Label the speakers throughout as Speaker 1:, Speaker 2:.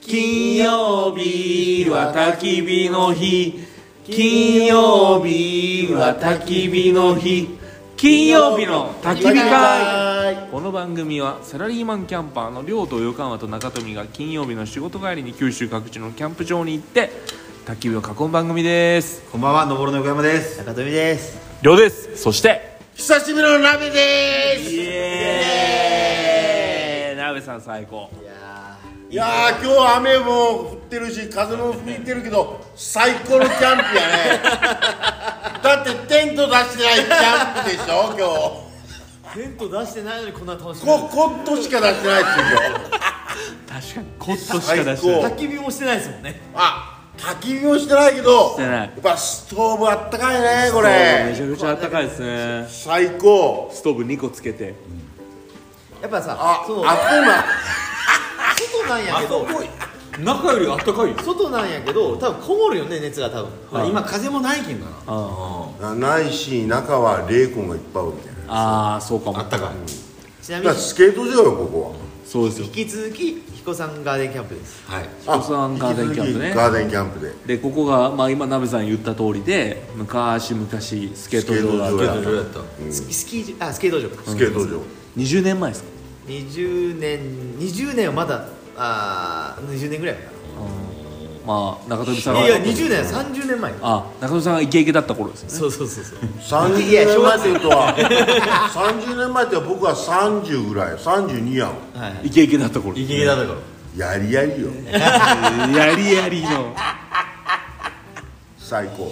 Speaker 1: 金曜日は焚き火の日金曜日は焚き火の日金曜日の焚き火会この番組はサラリーマンキャンパーの亮と横浜と中富が金曜日の仕事帰りに九州各地のキャンプ場に行って焚き火を囲む番組です
Speaker 2: こんばんは、のぼるの横山です。
Speaker 3: 中富です
Speaker 1: 亮ですそして
Speaker 2: 久しぶりの鍋で
Speaker 1: イ
Speaker 2: す。
Speaker 1: エーイ鍋さん最高
Speaker 3: いや
Speaker 2: いやー、今日雨も降ってるし、風も吹いてるけど、最高のキ ャンプやね。だってテント出してないキャンプでしょ、今日。
Speaker 3: テント出してないのにこんな楽しみ
Speaker 2: こ、コットしか出してないですよ、今日。
Speaker 1: 確かにコットしか出してない
Speaker 2: 最高
Speaker 3: 焚き火もしてないですもんね
Speaker 2: あ、焚き火もしてないけど。
Speaker 1: てない
Speaker 2: やっぱストーブあったかいね、こ
Speaker 1: めち
Speaker 2: れ。
Speaker 1: ゃくちゃ暖かいですね
Speaker 2: 最高。
Speaker 1: ストーブ2個つけて
Speaker 3: やっぱさ
Speaker 2: あ、あっ
Speaker 3: そう外なんやけど
Speaker 4: 中よりあったかいよ
Speaker 3: 外なんやけど多分こもるよね熱が多分、今風もないけんかな
Speaker 2: とな。ないし、中は霊魂がいっぱいおるみたいな。
Speaker 1: ああそうかも
Speaker 4: たかい
Speaker 3: ちなみ
Speaker 2: だから
Speaker 3: に
Speaker 2: スケート場よ、ここは。
Speaker 1: そうですよ
Speaker 3: 引き続き彦さんガーデンキャンプです
Speaker 4: はい
Speaker 2: あ
Speaker 1: お子さんガーデンキャンプね
Speaker 2: 引き続きガーデンキャンプで
Speaker 1: でここが、まあ、今鍋さん言った通りで昔々スケート場があっ
Speaker 2: スケー
Speaker 1: て
Speaker 2: ト場や
Speaker 4: どうだった
Speaker 3: スキスキー場あスケート場か
Speaker 2: スケート場、
Speaker 1: 20年前ですか
Speaker 3: 20年20年はまだあー20年ぐらいか
Speaker 1: まあ中富さん
Speaker 3: な
Speaker 1: が
Speaker 3: いやいや20年30年前
Speaker 1: あ中富さんがイケイケだった頃ですね
Speaker 3: そうそうそうそう
Speaker 2: 30
Speaker 3: いや
Speaker 2: 年前っていうとは30年前って僕は30ぐらい32やん
Speaker 3: はい
Speaker 1: イケイケだった頃
Speaker 3: イケイケだったから
Speaker 2: やりやりよ
Speaker 1: やりやりの
Speaker 2: 最高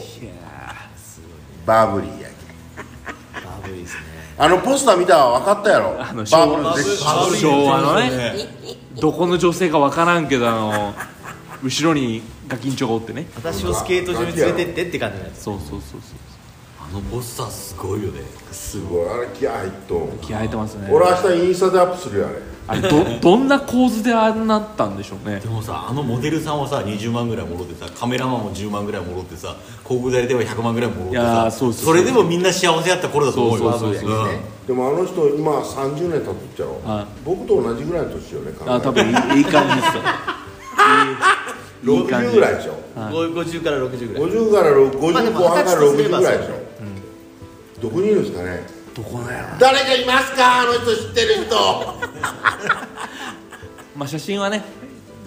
Speaker 2: バブリーやけ
Speaker 3: バブいですね
Speaker 2: あのポスター見たら分かったやろ
Speaker 1: あの
Speaker 2: バブル
Speaker 1: 昭和
Speaker 2: 歴史
Speaker 1: バブル昭和のねどこの女性かわからんけどあの後ろにガキンチョがおってね
Speaker 3: 私をスケート場に連れてってって感じなんです
Speaker 1: そうそうそうそう
Speaker 4: あのポスターすごいよね
Speaker 2: すごいあれ気合入っとん
Speaker 1: 気合入ってますね
Speaker 2: 俺明日インスタでアップするよあれ
Speaker 1: あれどどんな構図であんなったんでしょうね
Speaker 4: でもさあのモデルさんはさ20万ぐらいもろてさカメラマンも10万ぐらいもろてさ広告代理では100万ぐらいもろて
Speaker 1: いやー
Speaker 4: さ
Speaker 1: そうそう
Speaker 4: れでもみんな幸せやった頃だと思うよ
Speaker 1: そうそうそうそ
Speaker 4: ん
Speaker 2: でもあの人今30年経っとっちゃろ、
Speaker 1: は
Speaker 2: 僕と同じぐらいの年よね考え
Speaker 1: あ多分いいいい感じですよいいいい感じ
Speaker 2: 60ぐらいでしょ
Speaker 3: 50から60ぐらい
Speaker 2: 50から6
Speaker 3: まあで
Speaker 2: 50
Speaker 3: も
Speaker 2: 後半から
Speaker 3: 二十歳とすれ
Speaker 2: 60
Speaker 3: ば
Speaker 2: ぐらいでしょ、どこにいるんですかね
Speaker 1: どこのやろ
Speaker 2: 誰かいますかあの人知ってる人
Speaker 1: まあ、写真はね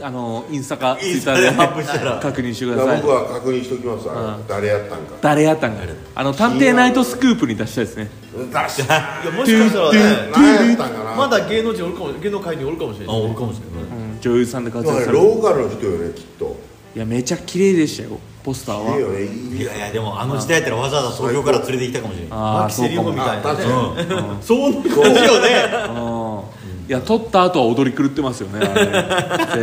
Speaker 1: あのインスタかツイ
Speaker 4: イン
Speaker 1: ッ
Speaker 4: ス
Speaker 1: タ
Speaker 4: タ
Speaker 1: ー
Speaker 4: で
Speaker 1: で
Speaker 4: アップしたら
Speaker 1: 確認してく
Speaker 2: だ
Speaker 1: だ
Speaker 2: か
Speaker 1: さ
Speaker 2: ら
Speaker 1: い
Speaker 2: 僕は確認しときますあれ誰やったんか
Speaker 1: 誰やったんかあの探偵ナイトスクープに出したいですね
Speaker 2: 出した
Speaker 3: いやもしかしたらね
Speaker 2: 何やったんかな
Speaker 3: まだ芸能人おるかも芸能界におるかもしれ
Speaker 4: あ
Speaker 3: ない
Speaker 4: おるかもしれない、
Speaker 1: 女優さんで活
Speaker 2: だ
Speaker 1: 躍
Speaker 2: か
Speaker 1: さ
Speaker 2: ら
Speaker 1: れ
Speaker 2: ロ
Speaker 1: る
Speaker 2: ーカルの人よねきっと
Speaker 1: いやめちゃ綺麗でしたよポスター
Speaker 2: いい
Speaker 1: は
Speaker 2: よねい
Speaker 4: い
Speaker 2: い
Speaker 4: やいやでもあの時代やったらわざわざ東京から連れてきたかもしれない
Speaker 1: ああ
Speaker 3: 牧瀬
Speaker 1: そうか
Speaker 3: 里穂
Speaker 1: も
Speaker 3: みたいな
Speaker 2: あ
Speaker 3: ね
Speaker 2: 確か
Speaker 4: うん、そんな感じよね
Speaker 1: いや撮った後は踊り狂ってますよねあれ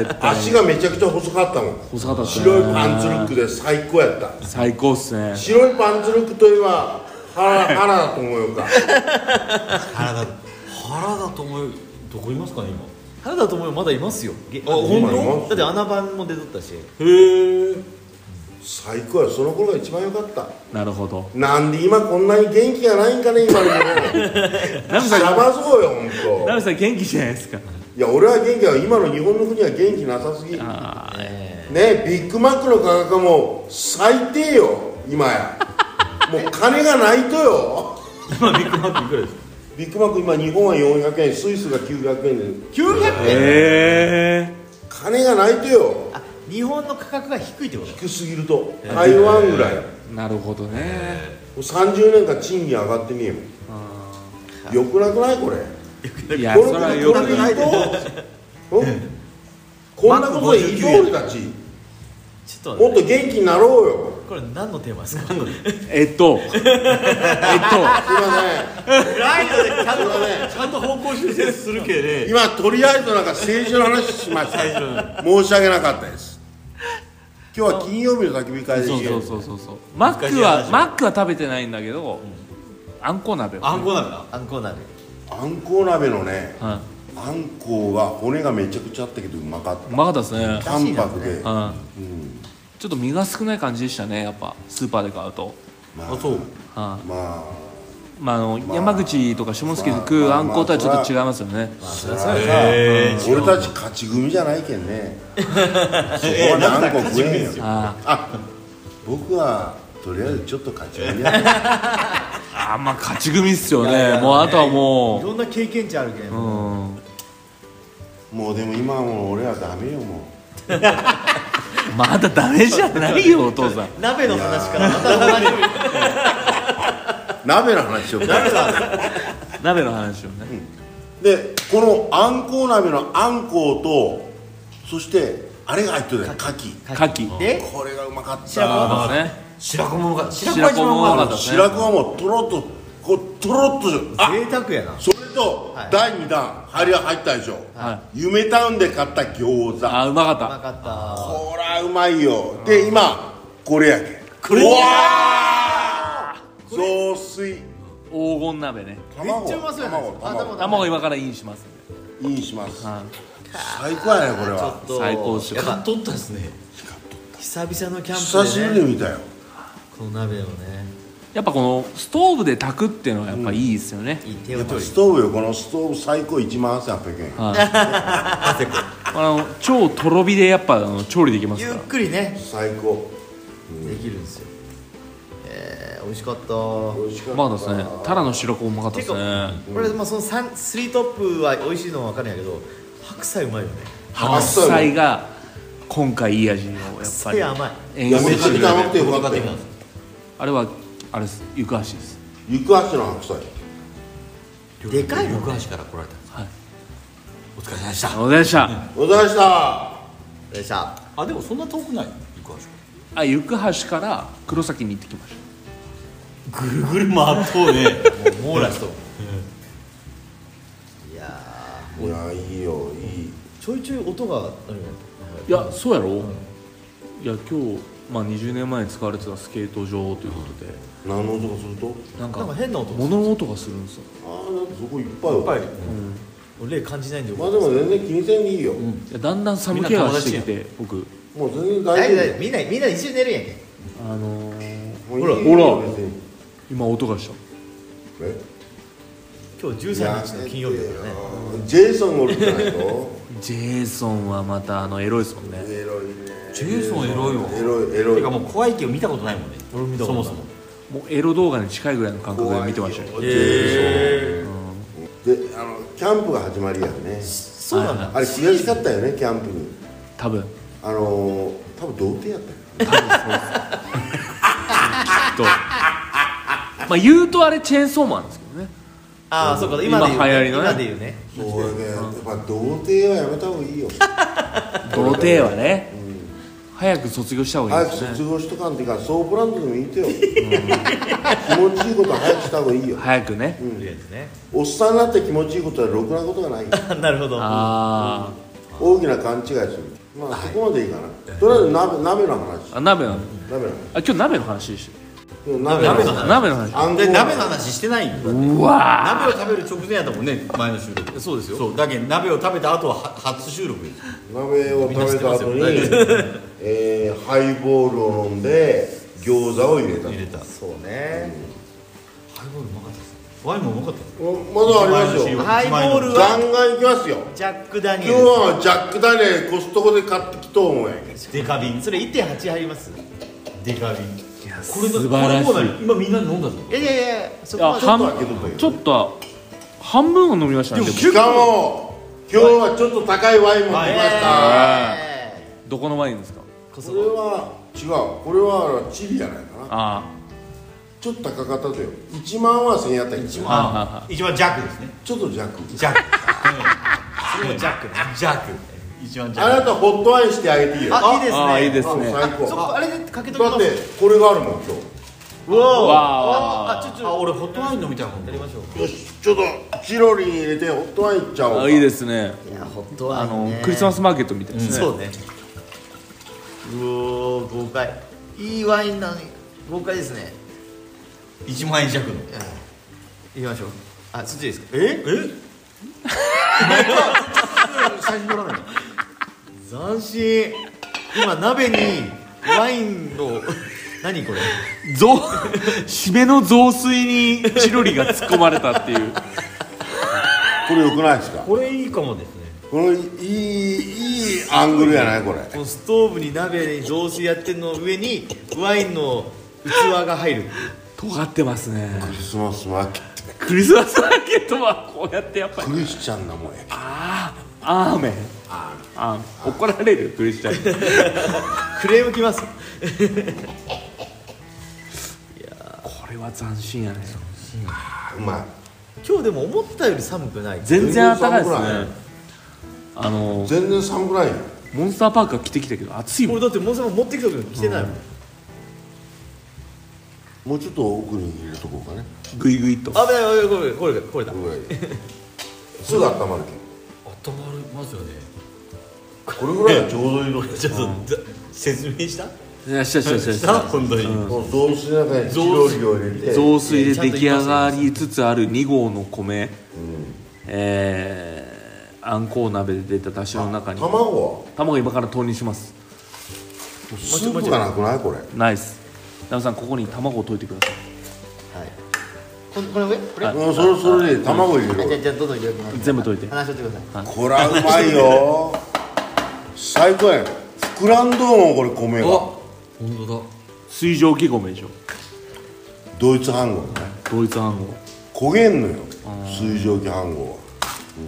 Speaker 1: 絶対
Speaker 2: 足がめちゃくちゃ細かったもん
Speaker 1: 細かったっすね
Speaker 2: 白いパンツルックで最高やった
Speaker 1: 最高っすね
Speaker 2: 白いパンツルックといえば原原だと思うよか
Speaker 4: 原田原田智世どこいますかね
Speaker 3: 原田知世まだいますよげ
Speaker 4: あほん
Speaker 2: と
Speaker 3: だって穴番も出とったし
Speaker 4: 今へえ
Speaker 2: 最高やその頃が一番良かった
Speaker 1: なるほど
Speaker 2: なんで今こんなに元気がないんかね今の日
Speaker 1: ナム
Speaker 2: 本
Speaker 1: さん
Speaker 2: やばそうよ本当
Speaker 1: ナムさん元気じゃないですか
Speaker 2: いや俺は元気だよ今の日本の国は元気なさすぎねビッグマックの価格はもう最低よ今 やもう金がないとよ
Speaker 4: 今ビッグマックいくらですか
Speaker 2: ビッグマック今日本は400円スイスが900円で
Speaker 1: へ
Speaker 3: 900円
Speaker 1: え
Speaker 2: 金がないとよ
Speaker 3: あ日本の価格が低いってこと
Speaker 2: 低すぎると台湾ぐらいも
Speaker 1: なるほどね
Speaker 2: う30年間賃金上がってねえもんよくなくないこれ
Speaker 1: いや
Speaker 2: こ
Speaker 1: それはよく
Speaker 2: これで
Speaker 1: ない
Speaker 2: いとうん こんなことでいと俺たち
Speaker 3: ちょっと
Speaker 2: もっ
Speaker 3: 待
Speaker 2: と
Speaker 3: って
Speaker 2: 元気になろうよ
Speaker 3: これ何のテーマですか
Speaker 1: えっとえっと
Speaker 2: すいません
Speaker 3: ライトでちゃん
Speaker 2: とね
Speaker 3: ちゃんと方向
Speaker 4: 修正するけね
Speaker 2: 今とりあえずなんか政治の話しました申し訳なかったです今日は金曜日の焚き火会で
Speaker 1: そうそうそうそうそうマックはマックは食べてないんだけど、あんこ鍋を
Speaker 4: あんこなんだ
Speaker 3: あんこうなる
Speaker 2: あんこう鍋のね
Speaker 1: は
Speaker 2: あんこうは骨がめちゃくちゃあったけどうまかっ
Speaker 1: い、うまかったですね
Speaker 2: た淡白で、
Speaker 1: うん、ちょっと身が少ない感じでしたねやっぱスーパーで買うと、
Speaker 2: ま
Speaker 4: あそう
Speaker 1: は
Speaker 2: まあ
Speaker 1: まあ、あの山口とか下関で食う
Speaker 2: まあ
Speaker 1: あんことはちょっと違いますよね、
Speaker 3: そりゃそうやな
Speaker 4: えー
Speaker 2: 俺たち勝ち組じゃないけ んねそこは何個食えんよ
Speaker 1: あ
Speaker 2: あ僕はとりあえずちょっと勝ち組 や
Speaker 1: あーまあ勝ち組っすよねもうあとはも
Speaker 3: いろんな経験値あるけん、
Speaker 1: う、うん、
Speaker 2: もうでも今はもう俺はダメよも
Speaker 1: まだダメじゃないよお父さん
Speaker 3: 鍋の話からまた話に
Speaker 2: う鍋の話しようか
Speaker 1: 鍋の話をね、
Speaker 2: でこのあんこう鍋のあんこうとそしてあれが入ってるよ牡蠣
Speaker 1: 牡蠣
Speaker 3: で
Speaker 2: これがうまかった
Speaker 3: 白
Speaker 1: そうですね
Speaker 4: 白子もが白
Speaker 1: 白子
Speaker 4: 子が一番うま
Speaker 1: も
Speaker 4: か
Speaker 1: 多
Speaker 4: った
Speaker 1: か
Speaker 4: で
Speaker 1: っ
Speaker 4: す
Speaker 1: た
Speaker 2: 白子はもうとろっとこうとろっとあ
Speaker 3: 贅沢やな
Speaker 2: それと
Speaker 3: はい
Speaker 2: 第2弾入りが入ったでしょ
Speaker 1: は
Speaker 2: 夢タウンで買った餃子
Speaker 1: あーうまかっ
Speaker 3: うま
Speaker 1: た
Speaker 3: かった
Speaker 2: こらうまいよで今これやけ
Speaker 4: これや
Speaker 2: うわー雑炊
Speaker 1: 黄金鍋ね
Speaker 3: めっちゃうまそうやないですか
Speaker 2: 卵
Speaker 3: 頭
Speaker 1: 卵今からインしますんで
Speaker 2: 卵インします
Speaker 1: は
Speaker 2: 最高やねこれは
Speaker 3: ちょっと
Speaker 1: 最高っすよ
Speaker 3: やっ
Speaker 4: 買っ
Speaker 3: ぱ
Speaker 4: とったですね
Speaker 3: 久々のキャ
Speaker 2: 久
Speaker 3: ンプ
Speaker 2: し
Speaker 3: で、ね、
Speaker 2: ぶりに見たよ
Speaker 3: この鍋をね
Speaker 1: やっぱこのストーブで炊くっていうのはやっぱいいですよね、
Speaker 3: いい手
Speaker 2: や
Speaker 3: を
Speaker 2: っぱ
Speaker 3: 取り
Speaker 2: ストーブよこのストーブ最高1万8800円
Speaker 1: はい、
Speaker 4: 汗こ
Speaker 1: あの超とろ火でやっぱあの調理できます
Speaker 3: ゆ
Speaker 1: か
Speaker 3: っ
Speaker 1: ら
Speaker 3: くりね
Speaker 2: 最高
Speaker 3: できるんですよえー、美味しかった
Speaker 2: 美味しか
Speaker 1: う
Speaker 2: っ
Speaker 1: まか
Speaker 2: た
Speaker 1: ったですねタラの白子もうまかったですね
Speaker 3: これ、まあ、その三スリートップは美味しいのは分かるんやけど白菜うまいよね
Speaker 1: 白菜が今回いい味をやっぱり
Speaker 3: 白菜甘い
Speaker 1: 演
Speaker 2: いやめ
Speaker 1: 出
Speaker 2: ちゃくちゃ甘くてよかったよ
Speaker 1: あれはあれです行く足です
Speaker 2: 行く足の白菜
Speaker 3: でかいのね
Speaker 4: 翌足から来られたんです
Speaker 1: はい
Speaker 4: お疲れ様でした
Speaker 1: お疲れ様でした
Speaker 2: お疲れ様でした
Speaker 3: でした
Speaker 4: あでもそんな遠くない翌足
Speaker 1: あ行く橋から黒崎に行ってきまし
Speaker 4: ぐるぐる回っとうねもう網羅しとう
Speaker 3: いや
Speaker 2: いやいいよいい
Speaker 3: ーちょいちょい音があるよ
Speaker 1: たいやそうやろ、いや今日、まあ、20年前に使われてたスケート場ということで、
Speaker 2: 何の音がすると
Speaker 1: なん
Speaker 3: なんか
Speaker 1: か
Speaker 3: 変な音
Speaker 1: 物音がするんですよ
Speaker 2: ああなんかそこいっぱいよ
Speaker 4: やっぱり
Speaker 3: 俺霊感じないんでよ
Speaker 2: まあでも全然気にせんでいいよ、
Speaker 1: いやだんだん寒気がしてきて僕
Speaker 2: もう全然
Speaker 3: 大
Speaker 2: 大
Speaker 3: 丈夫
Speaker 2: 丈
Speaker 3: 大丈夫みんなみんな一緒に寝るんやけん
Speaker 1: あのー、
Speaker 2: 夫もういい
Speaker 1: ほら
Speaker 2: よ
Speaker 1: ほら
Speaker 2: 別に
Speaker 1: 今音がした
Speaker 2: え
Speaker 3: 今日13日の金曜日だからね
Speaker 2: ジェイソンおるじゃないと
Speaker 1: ジェイソンはまたあのエロいですもんね
Speaker 2: エロいね
Speaker 4: ジェイソンエロいわ
Speaker 2: エロいエロい
Speaker 4: てかもう怖いけど見たことないもんね
Speaker 3: 俺も見たことない
Speaker 4: そもそも
Speaker 1: もうエロ動画に近いぐらいの感覚で見てましたよ
Speaker 2: 怖いよジェイソンであのキャンプが始まりやね
Speaker 3: そうなんだ
Speaker 2: あれ悔しかったよねキャンプに
Speaker 1: 多分
Speaker 2: あのー、多分童貞やったよ
Speaker 1: とまあ言うとあれチェーンソーマンですけどね
Speaker 3: ああそうか今で言う
Speaker 1: 今流行りのね
Speaker 3: 今で言うね
Speaker 2: そうねやっぱ童貞はやめた方がいいよ
Speaker 1: 童貞はね、早く卒業した方がい
Speaker 2: 早
Speaker 1: いで
Speaker 2: く
Speaker 1: す
Speaker 2: 卒
Speaker 1: ね
Speaker 2: 業しとかんっていうかソープランドでもいいとよ、気持ちいいことは早くした方がいいよ
Speaker 1: 早くね、
Speaker 3: とりあえずね
Speaker 2: おっさんになって気持ちいいことはろくなことがないよ
Speaker 3: なるほど
Speaker 1: あ
Speaker 2: 大きな勘違いするまあそこまでいいかな、とりあえず鍋鍋の話
Speaker 1: ーあ鍋の
Speaker 2: 鍋の話
Speaker 1: あ今日鍋の話でし
Speaker 2: でも鍋の
Speaker 3: 鍋の
Speaker 2: 話
Speaker 1: た鍋の話
Speaker 2: あんこ
Speaker 4: で
Speaker 2: う
Speaker 4: 鍋の話してないよ
Speaker 1: うわ
Speaker 4: 鍋を食べる直前やったもんね前の収録そうですよそうだけど鍋を食べた後はは初収録です
Speaker 2: 鍋を食べた後
Speaker 4: み
Speaker 2: に
Speaker 4: んな知っ、
Speaker 2: えー、ハイボールを飲んで餃子を入れた
Speaker 4: 入れたハ
Speaker 3: そうね
Speaker 4: イボールうまかったですワインもうまかったです
Speaker 2: おまだありますよ
Speaker 3: ハイボール
Speaker 2: ガンガンいきますよ
Speaker 3: ジャック・ダニエ
Speaker 2: 今日
Speaker 3: ル
Speaker 2: はジャックダニエルコストコで買ってきとうもんやけ
Speaker 4: デカビン
Speaker 3: それ1.8入ります
Speaker 4: デカビンこれ
Speaker 1: 素晴らしい
Speaker 4: これもう今みんなで飲んだぞ
Speaker 3: いやいやいやそ
Speaker 1: ーい
Speaker 3: こ
Speaker 1: や
Speaker 3: まで
Speaker 1: 半
Speaker 2: ちょっとは開けとったけど
Speaker 1: ちょっとは半分は飲みましたね
Speaker 4: で
Speaker 1: でも
Speaker 4: も
Speaker 2: しかも今日はちょっと高いワインも来ました
Speaker 3: え
Speaker 1: どこのワインですか
Speaker 3: ーこ
Speaker 2: こ
Speaker 3: そ
Speaker 2: れは違うこれはチリじゃないかな
Speaker 1: あ
Speaker 2: ちょっと高かったとよ1万は1000円やったけどち
Speaker 4: 一
Speaker 2: ょ
Speaker 4: 番一番弱ですね
Speaker 2: っと弱
Speaker 4: 弱
Speaker 3: れもジャックね
Speaker 4: 弱一番
Speaker 2: あな
Speaker 4: 弱
Speaker 2: たホットワインしてあげていいよ
Speaker 3: あい
Speaker 1: ー
Speaker 3: いですね
Speaker 1: あーいいです
Speaker 2: あ
Speaker 1: ね
Speaker 2: 最
Speaker 3: そ
Speaker 2: 高
Speaker 3: こあれでかけとき
Speaker 2: だ
Speaker 3: ま
Speaker 2: っ
Speaker 3: す
Speaker 2: てこれがあるもん今
Speaker 3: うわお
Speaker 1: わー
Speaker 3: あちょっと
Speaker 4: あ俺ホットワイン飲みたいもん
Speaker 3: やりましょう
Speaker 2: 日よしちょっとチロリに入れてホットワインいっちゃおう
Speaker 1: あいいですすね
Speaker 3: いや本当
Speaker 1: あのクリスマスマーケットみたいですね、
Speaker 3: そうねうおー豪快いいワインなのに豪快ですね
Speaker 4: 一万円弱の
Speaker 3: いきましょうあそっちですかえ
Speaker 4: え
Speaker 3: 最初からないの斬新今鍋にワインの 何これ
Speaker 1: ぞ締めの雑炊にチロリが突っ込まれたっていう
Speaker 2: これ良くないですか
Speaker 5: これいいかもですね
Speaker 2: これいいいいアングルやないこれ
Speaker 3: このストーブに鍋に雑炊やってるの上にワインの器が入る
Speaker 1: 尖ってますね
Speaker 2: クリスマスマーケット
Speaker 1: クリスマスマーケットはこうやってやっぱり
Speaker 2: クリスチャンなもんや
Speaker 1: アーメンアーメン怒られるクリスチャンに
Speaker 3: クレームきます
Speaker 1: これは斬新やね
Speaker 2: うまい
Speaker 3: 今日でも思ったより寒くない
Speaker 1: 全然暖かいです
Speaker 2: 全然寒
Speaker 1: ねあの
Speaker 2: 全然寒くないよ
Speaker 1: モンスターパークが来てきたけど暑いも
Speaker 3: こ
Speaker 1: ん
Speaker 3: れだってもうさん持ってきた時に着てないもん、
Speaker 2: もうちょっと奥に入れとこうかね
Speaker 1: グイグイと
Speaker 3: 危ない危ないこれこれこれだ
Speaker 2: これぐらいすぐ温まる
Speaker 4: 温まりますよね
Speaker 2: けんこれぐらい
Speaker 4: ちょうどいいの ちょっとざ説明した
Speaker 1: いやしたしたしたし
Speaker 4: した
Speaker 1: た
Speaker 4: 本当に、
Speaker 2: もう雑炊の中に調理を入れて
Speaker 1: 雑炊で出来上がりつつある2合の米、えー、あんこう鍋で出た出汁の中に
Speaker 2: 卵は
Speaker 1: 卵今から投入します
Speaker 2: スープがなくないこれ
Speaker 1: ナイスダムさんここに卵を溶いてください
Speaker 3: このこの上これ、
Speaker 2: うんそれそれで卵入れ
Speaker 3: あじゃあ
Speaker 2: ろ
Speaker 3: じゃあどんどん入れてもらって
Speaker 1: 全部溶いて
Speaker 3: 話しとってください
Speaker 2: これはうまいよ最高やん膨らんどうもんこれ米
Speaker 4: あ
Speaker 2: が
Speaker 4: 本当だ
Speaker 1: 水蒸気米でしょ
Speaker 2: ドイツ飯合ね
Speaker 1: ドイツ暗号
Speaker 2: 焦げんのよ水蒸気飯合は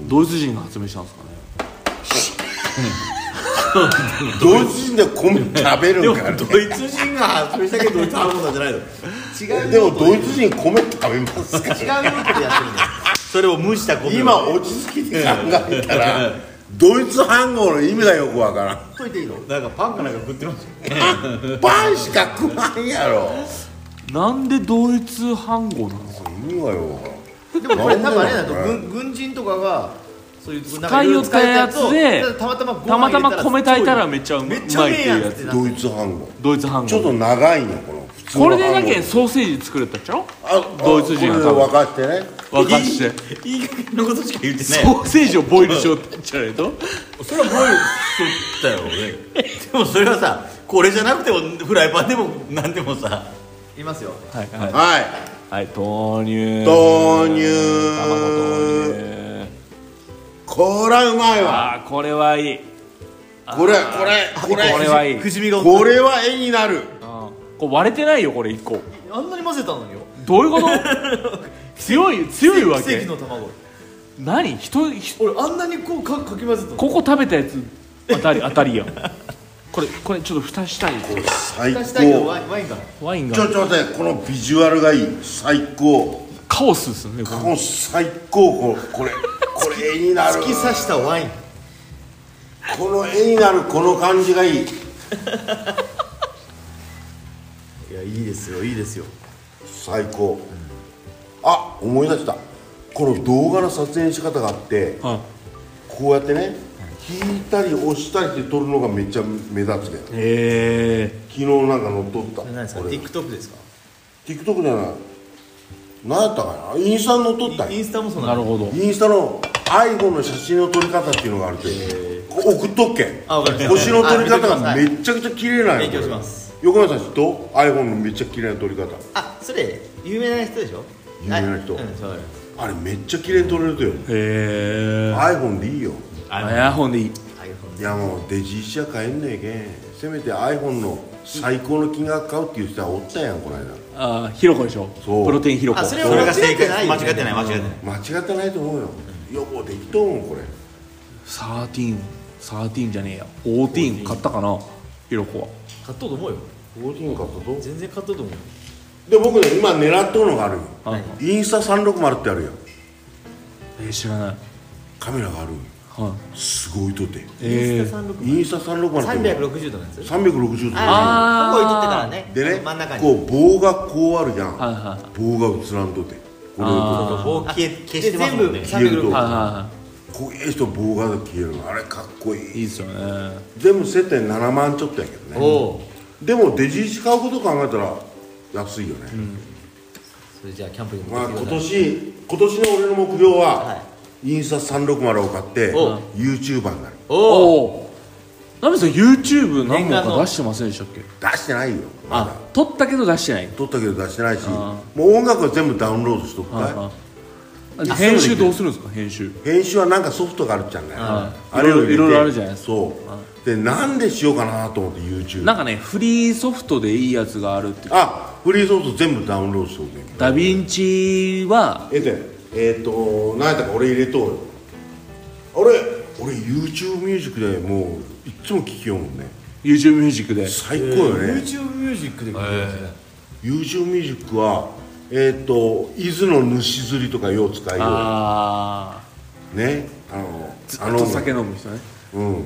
Speaker 1: ドイツ人が発明したんですかね
Speaker 2: ドイツ人で米食べるんかね
Speaker 4: ドイツ人が発明したけどドイツハムなんじゃないの
Speaker 3: 違う
Speaker 2: でも
Speaker 3: 用途
Speaker 2: ドイツ人米食べますか
Speaker 3: 違う用途でやってるんだよ
Speaker 4: それを蒸した米を
Speaker 2: 今落ち着きで考えたらドイツ飯合の意味がよくわからん
Speaker 3: といていいの
Speaker 4: なんかパンかなんか食ってますよ
Speaker 2: パンしか食わんやろ
Speaker 1: なんでドイツ暗号なんですか
Speaker 2: 意味がよくわ
Speaker 3: でもこれ多分あれだと
Speaker 2: なんでなんだろう
Speaker 3: 軍軍人とかがそういうなん
Speaker 1: 使
Speaker 3: か
Speaker 1: いよ
Speaker 3: 色
Speaker 1: っ
Speaker 3: 々
Speaker 1: た
Speaker 3: 使え
Speaker 1: やつで
Speaker 3: やつたまたまご飯
Speaker 1: たまたま
Speaker 3: 入れ
Speaker 1: 米炊いたらめっちゃうま
Speaker 3: め
Speaker 1: いっ
Speaker 3: ってちゃうめえや
Speaker 1: い
Speaker 3: ん
Speaker 1: う
Speaker 3: っ
Speaker 1: や
Speaker 3: て
Speaker 1: つ
Speaker 2: から
Speaker 3: なんって
Speaker 2: ドイツ飯合
Speaker 1: ドイツ暗
Speaker 2: ちょっ
Speaker 1: 号
Speaker 2: と長いのこの普通の
Speaker 1: これでだ
Speaker 2: 飯
Speaker 1: け
Speaker 2: 合
Speaker 1: ソーセージ作れたっちゃろ
Speaker 2: あ
Speaker 1: ドイツ人が
Speaker 2: これで沸かしてね
Speaker 1: 分かして
Speaker 4: いい加減のことしか言ってない
Speaker 1: ソーセージをボイルしようって言っちゃうと
Speaker 4: それはボイルしとったよねでもそれはさこれじゃなくてもフライパンでも何でもさ
Speaker 3: いますよ
Speaker 1: はいはい
Speaker 2: はい
Speaker 1: はい豆乳
Speaker 2: 豆乳
Speaker 1: 卵豆乳
Speaker 2: こらうまいわ
Speaker 1: あーこれはいい
Speaker 2: これこれこ
Speaker 1: これ
Speaker 2: れ
Speaker 1: はいい
Speaker 3: くじみが
Speaker 2: これは絵になる
Speaker 1: うんこれ割れてないよこれ一個
Speaker 3: あんなに混ぜたのよ
Speaker 1: どういうこと強い強いわ
Speaker 3: 奇跡
Speaker 1: け
Speaker 3: の卵
Speaker 1: 何人ひ
Speaker 3: 俺あんなにこうかかき混ぜたの
Speaker 1: ここ食べたやつ当たり当たりやんこれこれちょっと蓋したい
Speaker 2: 最
Speaker 3: 出したいけど
Speaker 2: 高
Speaker 3: ワインワインが
Speaker 1: ワイン
Speaker 2: ちょ
Speaker 1: が
Speaker 2: ちょっと待ってこのビジュアルがいい最高
Speaker 1: カオスですよねこれ
Speaker 2: もう最高ここれこれ絵になる
Speaker 3: 突き刺したワイン
Speaker 2: この絵になるこの感じがいい
Speaker 3: いやいいですよいいですよ
Speaker 2: 最高あ思い出したこの動画の撮影の仕方があって
Speaker 1: うん
Speaker 2: こうやってね引いたり押したりして撮るのがめっちゃ目立つけど
Speaker 1: ええ
Speaker 2: 昨日なんか乗っとった
Speaker 3: 何ですか
Speaker 2: 俺
Speaker 3: TikTok ですか
Speaker 2: TikTok じゃない何やったかなインスタに乗っとったん
Speaker 3: イ
Speaker 2: よ
Speaker 3: ンスタもそう
Speaker 1: な
Speaker 3: な
Speaker 1: る
Speaker 3: の
Speaker 1: ほど
Speaker 2: インスタの iPhone の写真の撮り方っていうのがあるってこう送っとっけん
Speaker 3: あわかりました
Speaker 2: 星の撮り方
Speaker 3: あ見ときま
Speaker 2: が
Speaker 3: す
Speaker 2: めっちゃくちゃ綺麗なんよ
Speaker 3: 勉強します
Speaker 2: 横山さん知っと iPhone のめっちゃ綺麗な撮り方
Speaker 3: あそれ有名な人でしょ
Speaker 2: 有名な人
Speaker 3: はいうんそうだよ
Speaker 2: あれめっちゃ綺麗に撮れるとよ
Speaker 1: へえ
Speaker 2: iPhone でいいよ
Speaker 1: あイヤホンでいい
Speaker 3: iPhone
Speaker 2: いやもうデジ一社買えんねえけんせめて iPhone の最高の金額買うっていう人はおったやんこの間
Speaker 1: あーひろこでしょ
Speaker 2: そう
Speaker 1: プロテインひろこ
Speaker 3: あそれ
Speaker 4: そ
Speaker 3: は
Speaker 4: れが正解間
Speaker 3: 間
Speaker 4: 違
Speaker 3: 違
Speaker 4: っ
Speaker 3: ってて
Speaker 4: な
Speaker 3: ないい
Speaker 4: 間違ってない
Speaker 2: 間違ってないと思うよ予防できと思うこれ
Speaker 1: 13 13じゃねえや14買ったかなひろこは
Speaker 3: 買っとうと思うよ
Speaker 2: 14買ったぞ
Speaker 3: 全然買っとうと思うよ
Speaker 2: で僕ね今狙っとるのがあるよ
Speaker 1: はい
Speaker 2: インスタ360ってあるよ
Speaker 1: えー知らない
Speaker 2: カメラがあるよ
Speaker 1: はい
Speaker 2: すごいとて
Speaker 1: ええ
Speaker 2: インスタ360
Speaker 3: 360度のやつ
Speaker 2: 三360度
Speaker 1: あー
Speaker 3: ここに撮ってたらね
Speaker 2: でね
Speaker 3: 真ん中に
Speaker 2: こう棒がこうあるじゃん、
Speaker 1: はいは
Speaker 2: 棒が映らんとてこれ
Speaker 1: あ
Speaker 2: を
Speaker 1: ー
Speaker 4: 棒消え消してますもんね
Speaker 3: で
Speaker 2: 消えると
Speaker 1: は
Speaker 3: 360
Speaker 1: いは
Speaker 2: こういう人棒が消えるのあれかっこ
Speaker 1: いはい
Speaker 2: い
Speaker 1: い
Speaker 2: い
Speaker 1: いっすよね
Speaker 2: 全部接点7万ちょっとやけどね
Speaker 3: おお
Speaker 2: でもデジ1買うこと考えたら安いよね、
Speaker 3: それじゃあキャンプに
Speaker 2: まあ、
Speaker 3: 持って
Speaker 2: 今
Speaker 3: きてください
Speaker 2: 年今年の俺の目標は、
Speaker 3: は
Speaker 2: インスタ360を買って
Speaker 3: おう
Speaker 2: YouTuber になる
Speaker 3: おお
Speaker 1: おナミさん YouTube 何
Speaker 4: 念願
Speaker 1: 本
Speaker 4: の
Speaker 1: か出してませんでしたっけ
Speaker 2: 出してないよまだ
Speaker 1: あ撮ったけど出してない
Speaker 2: 撮ったけど出してないし
Speaker 1: あ
Speaker 2: もう音楽は全部ダウンロードしとく
Speaker 1: はい
Speaker 2: か
Speaker 1: はい編集どうするんですか編集
Speaker 2: い編集はなんかソフトがあるじゃんね
Speaker 1: あ
Speaker 2: あれを入れて
Speaker 1: いろいろあるじゃないですか
Speaker 2: そうでなんでしようかなと思って YouTube
Speaker 1: なんかねフリーソフトでいいやつがあるって
Speaker 2: あフリーソフト全部ダウンロードしとくね
Speaker 1: ダヴィンチは
Speaker 2: えっとえっと何やったか俺入れとうよあれ俺 YouTube ミュージックでもういっつも聴きようもんね
Speaker 1: YouTube ミュージックで
Speaker 2: 最高よね、
Speaker 3: YouTube ミュージックで聴くやつね
Speaker 2: YouTube ミュージックはえっ、と伊豆の主釣りとかよう使いよ
Speaker 1: ああ
Speaker 2: うねあの
Speaker 1: ずっ
Speaker 2: あの
Speaker 1: と酒飲む人ね
Speaker 2: うん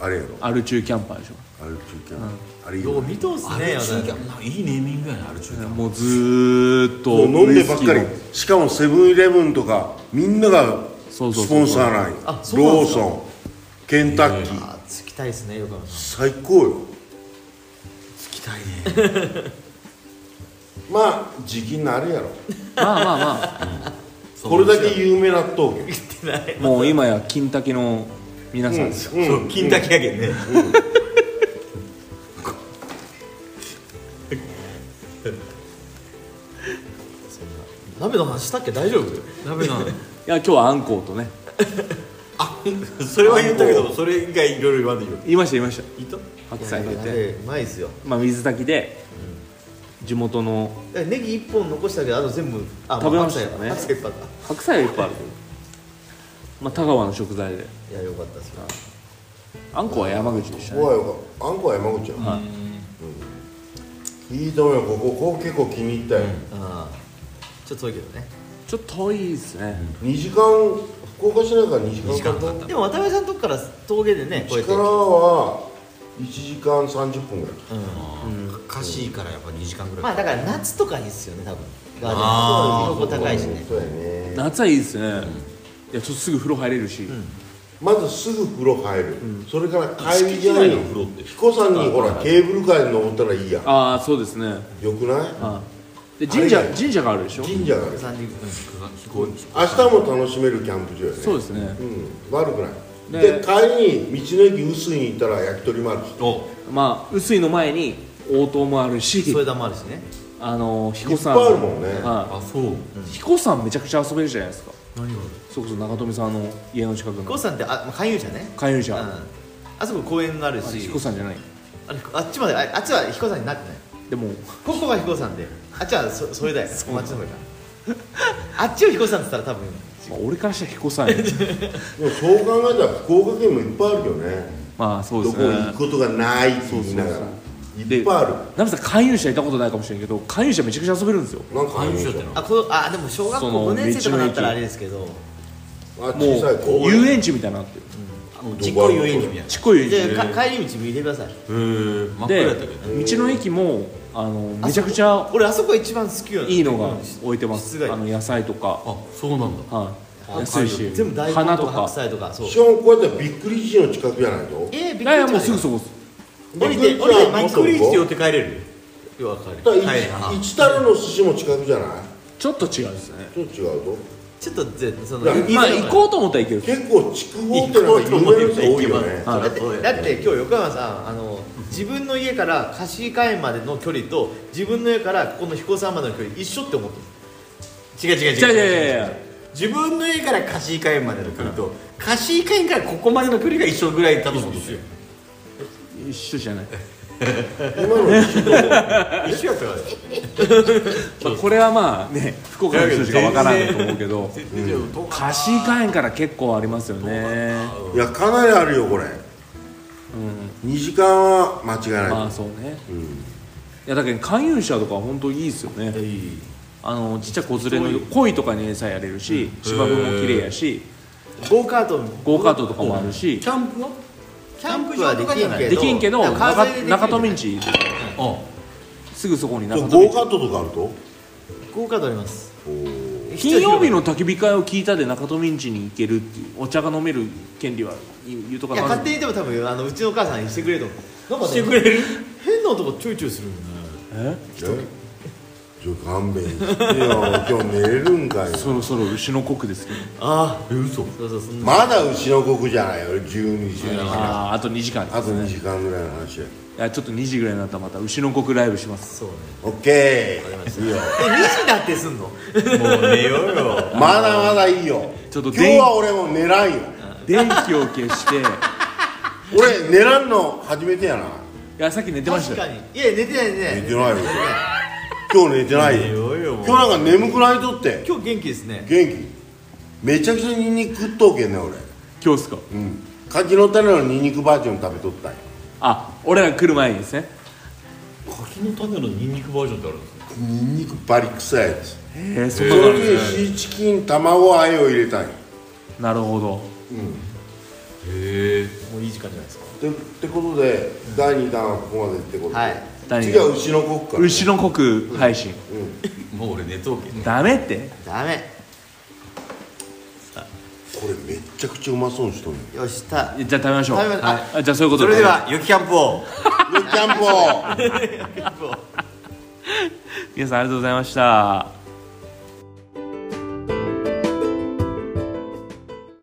Speaker 2: あれやろ
Speaker 1: アル中キャンパーでし
Speaker 2: あれ中継、あれいい
Speaker 3: よ
Speaker 2: よ
Speaker 3: う見とっす
Speaker 4: あ
Speaker 3: ね
Speaker 4: れ中
Speaker 3: 私
Speaker 4: 華まあいいネーミングやなあれ中華
Speaker 1: ょもうずーっと
Speaker 2: もう飲んでばっか
Speaker 1: ウイ
Speaker 2: り
Speaker 1: スキーの
Speaker 2: しかもセブンイレブンとかみんながスポ
Speaker 1: そう
Speaker 2: ン
Speaker 1: そうそう
Speaker 2: サーライン
Speaker 3: あそうな
Speaker 2: ロ
Speaker 3: ん
Speaker 2: ー
Speaker 3: ですか
Speaker 2: ソンケンタッキー、
Speaker 3: あつきたいですねよかっ
Speaker 2: 最高よ
Speaker 4: 聞きたいね
Speaker 2: まあ時期になるやろ
Speaker 1: まあまあま
Speaker 2: これだけ有名な峠
Speaker 1: あ もう今や金滝の皆さんですよ、
Speaker 4: そう金だけやけんね
Speaker 3: た鍋の話したっけ大丈夫鍋の
Speaker 1: いや今日はアンコウとね
Speaker 4: それは言ったけどそれ以外いろいろ言わんでいいよ
Speaker 1: 言いました言いまし
Speaker 4: 言った
Speaker 1: た白菜入れて
Speaker 3: うまいっすよ
Speaker 1: まあ水炊きで地元の
Speaker 3: だからネギ一本残したけどあと全部あ
Speaker 1: 食べましたよね
Speaker 3: 白菜か白菜いっぱい
Speaker 1: 白菜はいっぱいあ
Speaker 3: あっ
Speaker 1: るけど、まあ、田川の食材で
Speaker 3: たいやよかったっすな
Speaker 1: あんこは山口でした
Speaker 2: ここ
Speaker 1: ね
Speaker 2: はよかあんこは山口やん、いいと思うよここここ結構気に入ったよ、
Speaker 3: あーちょっと遠いけどね
Speaker 1: ちょっと遠いですね、
Speaker 2: 2時間福岡市内から2時間かかった
Speaker 3: でも渡辺さんのとこから峠でねこうやって
Speaker 2: 力は1時間30分ぐらい
Speaker 4: 歌詞からやっぱ2時間ぐらい
Speaker 3: まあだから夏とかにっすよね多分ガ
Speaker 4: あ
Speaker 3: ーデンとか高いしね
Speaker 2: そうやね
Speaker 1: 夏はいいですね、いやちょっとすぐ風呂入れるし、
Speaker 2: まずすぐ風呂入る、それから帰りじゃ
Speaker 4: 時
Speaker 2: ない
Speaker 4: 内
Speaker 2: の
Speaker 4: の風呂って
Speaker 2: 彦さんにほらケーブルカーで登ったらいいや
Speaker 1: ああそうですね、
Speaker 2: よくない
Speaker 1: あで神社
Speaker 2: あれ
Speaker 1: 神社があるでしょ
Speaker 2: 神社がある
Speaker 3: 三人
Speaker 2: 明日も楽しめるキャンプ場やね
Speaker 1: そうですね、
Speaker 2: うん、悪くない
Speaker 1: で
Speaker 2: で帰りに道の駅薄いに行ったら焼き鳥もあるし
Speaker 4: お
Speaker 1: まあ薄いの前に応答もあるし
Speaker 3: 添え玉あるしね
Speaker 1: あの彦さん
Speaker 2: いっぱいあるもんね
Speaker 1: は
Speaker 4: あそう
Speaker 1: い彦さんめちゃくちゃ遊べるじゃないですか
Speaker 4: 何が
Speaker 1: それこそ長富さんの家の近く
Speaker 3: コウ
Speaker 1: の
Speaker 3: さんってあまあ勧誘者ね
Speaker 1: 勧誘者
Speaker 3: うんあそこ公園がある
Speaker 1: あ
Speaker 3: し
Speaker 1: れ彦さんじゃない
Speaker 3: あれあっちまでああっちは彦さんになってない
Speaker 1: でも
Speaker 3: ここが彦さんであっちは そそれだよお待ちの方があっちを彦さんって言ったら多分
Speaker 1: まあ俺からしたら彦さんや
Speaker 2: でもそう考えたら福岡県もいっぱいあるよね
Speaker 1: まあそうで
Speaker 2: ど
Speaker 1: す
Speaker 2: こ行
Speaker 1: ね
Speaker 2: くことがないって言いながらいっぱいある
Speaker 1: ナミさん勧誘者いたことないかもしれんけど勧誘者めちゃくちゃ遊べるんですよ
Speaker 2: なんかあ
Speaker 4: 勧
Speaker 2: る
Speaker 4: 誘
Speaker 2: でしょ
Speaker 4: 者ってのは
Speaker 3: あこのあでも小学校
Speaker 1: その
Speaker 3: 5年生とかだったらあれですけど
Speaker 2: あ
Speaker 1: も
Speaker 2: 小さいう公
Speaker 1: 遊
Speaker 2: 園
Speaker 1: 園地みたいになってる
Speaker 4: 実行遊園地みたいなへ
Speaker 1: ちっこい遊園地
Speaker 3: でか帰り道見てください
Speaker 4: え真っ暗や
Speaker 1: で
Speaker 4: ったけどね
Speaker 1: 道の駅もあのめちゃくちゃ
Speaker 3: 俺あそこ一番好きよ
Speaker 1: いいのが置いてま
Speaker 3: 室
Speaker 1: す
Speaker 3: 外
Speaker 1: あの野菜とか
Speaker 4: あそうなんだ
Speaker 1: はい
Speaker 3: あ
Speaker 1: 安いし
Speaker 3: 全部大根
Speaker 1: 花
Speaker 3: と
Speaker 1: と
Speaker 3: か
Speaker 1: か
Speaker 3: 白菜とかそう
Speaker 2: しかもこうやってびっくり市の近くじゃないと
Speaker 3: えー、びっく
Speaker 1: い
Speaker 3: りじゃ
Speaker 1: やい
Speaker 3: な
Speaker 1: や
Speaker 3: い
Speaker 1: もうすぐそこです
Speaker 4: 降りて降りてマックリーして寄って帰れるよわかる
Speaker 2: だから
Speaker 4: 帰れな
Speaker 2: 一一太郎の寿司も近くじゃない
Speaker 1: ちょっと違うんですね
Speaker 2: ちょっと違うと
Speaker 3: ちょっとぜその
Speaker 2: いや
Speaker 1: まあ行こうと思ったら行ける
Speaker 2: 結構筑豊ってなんか有名な人多いよね
Speaker 1: あ
Speaker 3: だってだって今日横山さんあの自分の家から貸会までの距離と自分の家からここの彦さんまでの距離一緒って思って
Speaker 4: 違う違う
Speaker 1: 違う
Speaker 4: 違う
Speaker 1: 違う違う
Speaker 4: 自分の家から貸し会までの距離と貸し会からここまでの距離が一緒ぐらいだと思うんですよ
Speaker 1: 一緒じゃない、
Speaker 2: 今の寿司と
Speaker 4: 一緒やったから
Speaker 1: まあ、これはまあね福岡の人しかわからないと思うけど
Speaker 4: 全然違う遠かっ
Speaker 1: 貸し会員から結構ありますよね
Speaker 2: いやかなりあるよこれ、二2時間は間違いない、
Speaker 1: まあそうね、いやだけど勧誘者とかは本当いいですよね
Speaker 4: たいい
Speaker 1: あのちっちゃい子連れの鯉とかに餌やれるし芝生も綺麗やし
Speaker 3: ゴーカート
Speaker 1: ゴーカートとかもあるし
Speaker 4: キャンプは
Speaker 3: キャンプはできんけど
Speaker 1: できんけど
Speaker 3: だか
Speaker 1: 中
Speaker 3: ら風でできる
Speaker 1: 中富んち
Speaker 4: あ
Speaker 1: すぐそこに
Speaker 2: そ
Speaker 1: 中
Speaker 2: うゴ
Speaker 1: 富ん
Speaker 2: ーカットとかあると
Speaker 3: ゴーカートあります
Speaker 1: ち金曜日の焚き火会を聞いたで中富んちに行けるっていうお茶が飲める権利は言うとか
Speaker 3: いや
Speaker 1: な
Speaker 3: 勝手にでも多分あのうちのお母さんにしてくれると思うなんか
Speaker 4: して
Speaker 3: ね
Speaker 4: くれる
Speaker 3: 変な男ちょいちょいするよね
Speaker 1: え
Speaker 2: えちょ勘弁してよ 今日寝れるんかい
Speaker 1: そろそろ牛の国ですけど
Speaker 3: ああ
Speaker 4: え嘘
Speaker 3: そうそうそんな
Speaker 2: まだ牛の国じゃないよ12時あ
Speaker 1: あああと2時間です
Speaker 2: と2時間ぐらいの話や
Speaker 1: いやちょっと2時ぐらいになったらまた牛の国ライブします
Speaker 3: そうね
Speaker 2: オッケーいいよ
Speaker 3: え2時になってすんの
Speaker 4: もう寝よう よ
Speaker 2: まだまだいいよ
Speaker 1: ちょっと
Speaker 2: 今日は俺も寝らんよ
Speaker 1: 電気を消してい
Speaker 2: 俺寝らんの初めてやな
Speaker 1: やさっき寝てまし
Speaker 3: 確
Speaker 1: た
Speaker 3: か
Speaker 1: よ
Speaker 3: にいや寝てない寝てない
Speaker 2: 寝てないよ今日寝てない
Speaker 4: 寝
Speaker 2: よ
Speaker 4: ようよも
Speaker 2: 今
Speaker 4: う
Speaker 2: 日なんか眠くないとって
Speaker 3: 今日元気ですね
Speaker 2: 元気めちゃくちゃニンニク食っとうけんね俺
Speaker 1: 今日っすか
Speaker 2: うん柿の種のニンニクバージョン食べとったんよ
Speaker 1: あ俺ら来る前にですね
Speaker 4: 柿の種のニンニクバージョンってあるんですか
Speaker 2: ニンニクバリ臭いや
Speaker 1: へ
Speaker 2: つ
Speaker 1: えそ
Speaker 2: そ
Speaker 1: ん
Speaker 2: れ
Speaker 1: なのあるん
Speaker 2: に
Speaker 1: ですね
Speaker 2: シーチキン卵あえを入れたんよ
Speaker 1: なるほど
Speaker 4: へえ
Speaker 3: もういい時間じゃないですか
Speaker 2: でってことで第2弾はここまでってことで、
Speaker 3: はい
Speaker 1: 第二
Speaker 2: 次
Speaker 1: 弾
Speaker 2: は牛の国から、
Speaker 1: 牛の国配信
Speaker 4: もう俺寝とうけん
Speaker 1: ダメって
Speaker 3: ダメ
Speaker 2: これめっちゃくちゃうまそうにしとんよ
Speaker 3: よしした
Speaker 1: じゃあ食べましょう
Speaker 3: 食べましょう
Speaker 1: はいあじゃあそういうこと
Speaker 4: それでは雪キャンプを
Speaker 2: よっキャンプを
Speaker 1: 皆さんありがとうございました